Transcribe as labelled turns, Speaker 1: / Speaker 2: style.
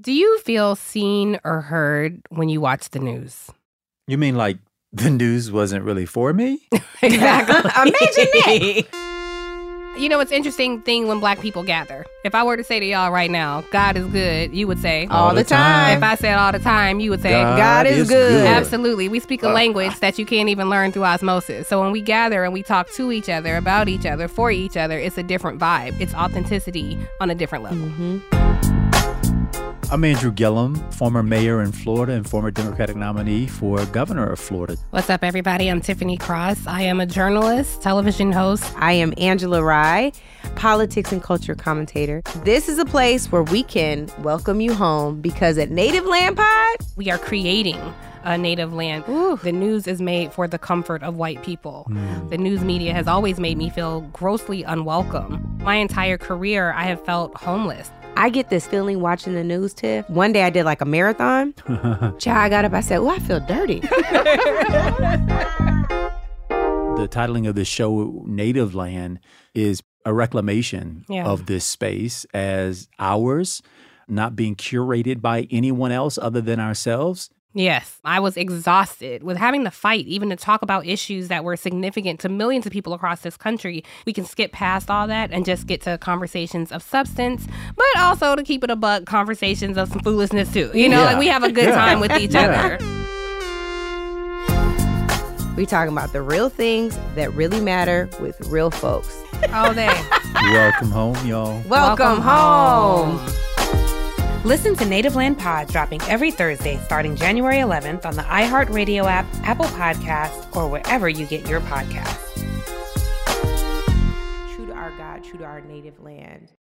Speaker 1: Do you feel seen or heard when you watch the news?
Speaker 2: You mean like the news wasn't really for me?
Speaker 1: Imagine that. You know, it's interesting thing when black people gather. If I were to say to y'all right now, God is good, you would say
Speaker 2: All the time.
Speaker 1: If I said all the time, you would say
Speaker 2: God
Speaker 3: is
Speaker 2: is
Speaker 3: good.
Speaker 2: good.
Speaker 1: Absolutely. We speak a language that you can't even learn through osmosis. So when we gather and we talk to each other, about each other, for each other, it's a different vibe. It's authenticity on a different level.
Speaker 2: I'm Andrew Gillum, former mayor in Florida and former Democratic nominee for governor of Florida.
Speaker 1: What's up, everybody? I'm Tiffany Cross. I am a journalist, television host.
Speaker 3: I am Angela Rye, politics and culture commentator. This is a place where we can welcome you home because at Native Land Pod,
Speaker 1: We are creating a native land. The news is made for the comfort of white people.
Speaker 2: Mm.
Speaker 1: The news media has always made me feel grossly unwelcome. My entire career, I have felt homeless.
Speaker 3: I get this feeling watching the news, Tiff. One day I did like a marathon. Child, I got up, I said, Oh, I feel dirty.
Speaker 2: The titling of the show, Native Land, is a reclamation
Speaker 1: Yeah.
Speaker 2: of this space as ours, not being curated by anyone else other than ourselves.
Speaker 1: Yes, I was exhausted with having to fight, even to talk about issues that were significant to millions of people across this country. We can skip past all that and just get to conversations of substance, but also to keep it a buck, conversations of some foolishness too. You know,
Speaker 2: Yeah.
Speaker 1: like we have a good
Speaker 2: Yeah.
Speaker 1: time with each other.
Speaker 2: Yeah.
Speaker 3: we talking about the real things that really matter with real folks.
Speaker 1: All day.
Speaker 2: Welcome home, y'all.
Speaker 1: Welcome
Speaker 3: Welcome, home.
Speaker 4: Listen to Native Land Pod dropping every Thursday starting January 11th on the iHeartRadio app, Apple Podcasts, or wherever you get your podcasts.
Speaker 3: True to our God, true to our native land.